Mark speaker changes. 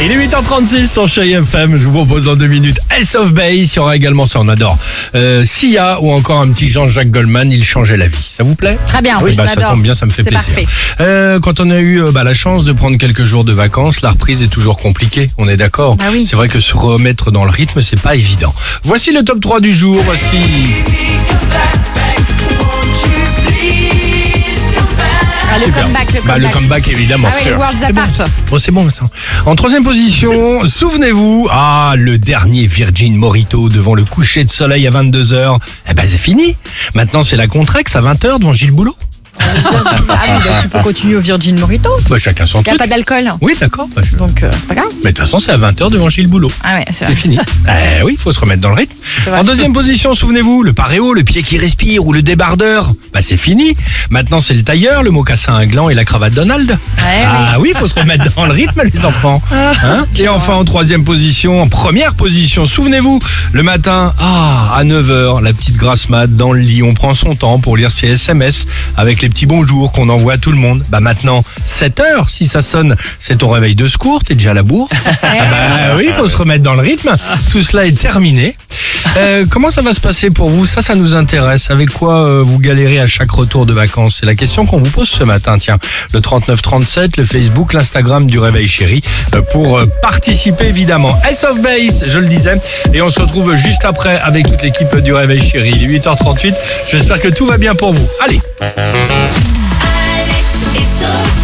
Speaker 1: Il est 8h36 sur Chérie FM. Je vous propose dans deux minutes S of Base. Il y aura également ça, on adore. Euh, Sia ou encore un petit Jean-Jacques Goldman. Il changeait la vie. Ça vous plaît
Speaker 2: Très bien,
Speaker 1: Eh ben,
Speaker 2: on
Speaker 1: ça
Speaker 2: adore.
Speaker 1: tombe bien, ça me fait
Speaker 2: C'est
Speaker 1: plaisir.
Speaker 2: parfait.
Speaker 1: Euh, quand on a eu euh, bah, la chance de prendre quelques jours de vacances, la reprise est toujours compliquée, on est d'accord.
Speaker 2: Bah oui.
Speaker 1: C'est vrai que se remettre dans le rythme, c'est pas évident. Voici le top 3 du jour, voici.
Speaker 2: Ah, le
Speaker 1: Super.
Speaker 2: comeback, le comeback.
Speaker 1: Bah, le comeback, évidemment.
Speaker 2: Ah oui,
Speaker 1: sûr.
Speaker 2: Worlds
Speaker 1: C'est bon.
Speaker 2: Apart.
Speaker 1: Bon, c'est bon ça. En troisième position, souvenez-vous, ah, le dernier Virgin Morito devant le coucher de soleil à 22h. Eh ben, c'est fini. Maintenant, c'est la Contrex à 20h devant Gilles Boulot.
Speaker 2: Ah oui, donc tu peux continuer au Virgin Morito.
Speaker 1: Bah, chacun son
Speaker 2: Il n'y a
Speaker 1: truc.
Speaker 2: pas d'alcool.
Speaker 1: Oui, d'accord. Bah, je-
Speaker 2: Donc, euh, c'est pas grave.
Speaker 1: Mais de toute façon, c'est à 20h devant Gilles Boulot.
Speaker 2: Ah ouais, c'est
Speaker 1: C'est
Speaker 2: vrai.
Speaker 1: fini. Eh oui, il faut se remettre dans le rythme.
Speaker 2: vrai.
Speaker 1: En deuxième position, souvenez-vous, le paréo, le pied qui respire ou le débardeur. Bah c'est fini. Maintenant c'est le tailleur, le mocassin à gland et la cravate Donald.
Speaker 2: Ouais,
Speaker 1: ah oui, il faut se remettre dans le rythme les enfants. Hein et enfin en troisième position, en première position, souvenez-vous, le matin, ah, à 9h, la petite grasse mat dans le lit, on prend son temps pour lire ses SMS avec les petits bonjours qu'on envoie à tout le monde. Bah maintenant, 7h, si ça sonne, c'est ton réveil de secours, t'es déjà à la bourre.
Speaker 2: Eh
Speaker 1: Ah bah oui, il faut se remettre dans le rythme. Tout cela est terminé. Euh, comment ça va se passer pour vous Ça, ça nous intéresse. Avec quoi euh, vous galérez à chaque retour de vacances C'est la question qu'on vous pose ce matin. Tiens, le 3937, le Facebook, l'Instagram du Réveil Chéri euh, pour euh, participer évidemment. S of Base, je le disais. Et on se retrouve juste après avec toute l'équipe du Réveil Chéri. Il est 8h38. J'espère que tout va bien pour vous. Allez
Speaker 3: Alex et Sophie.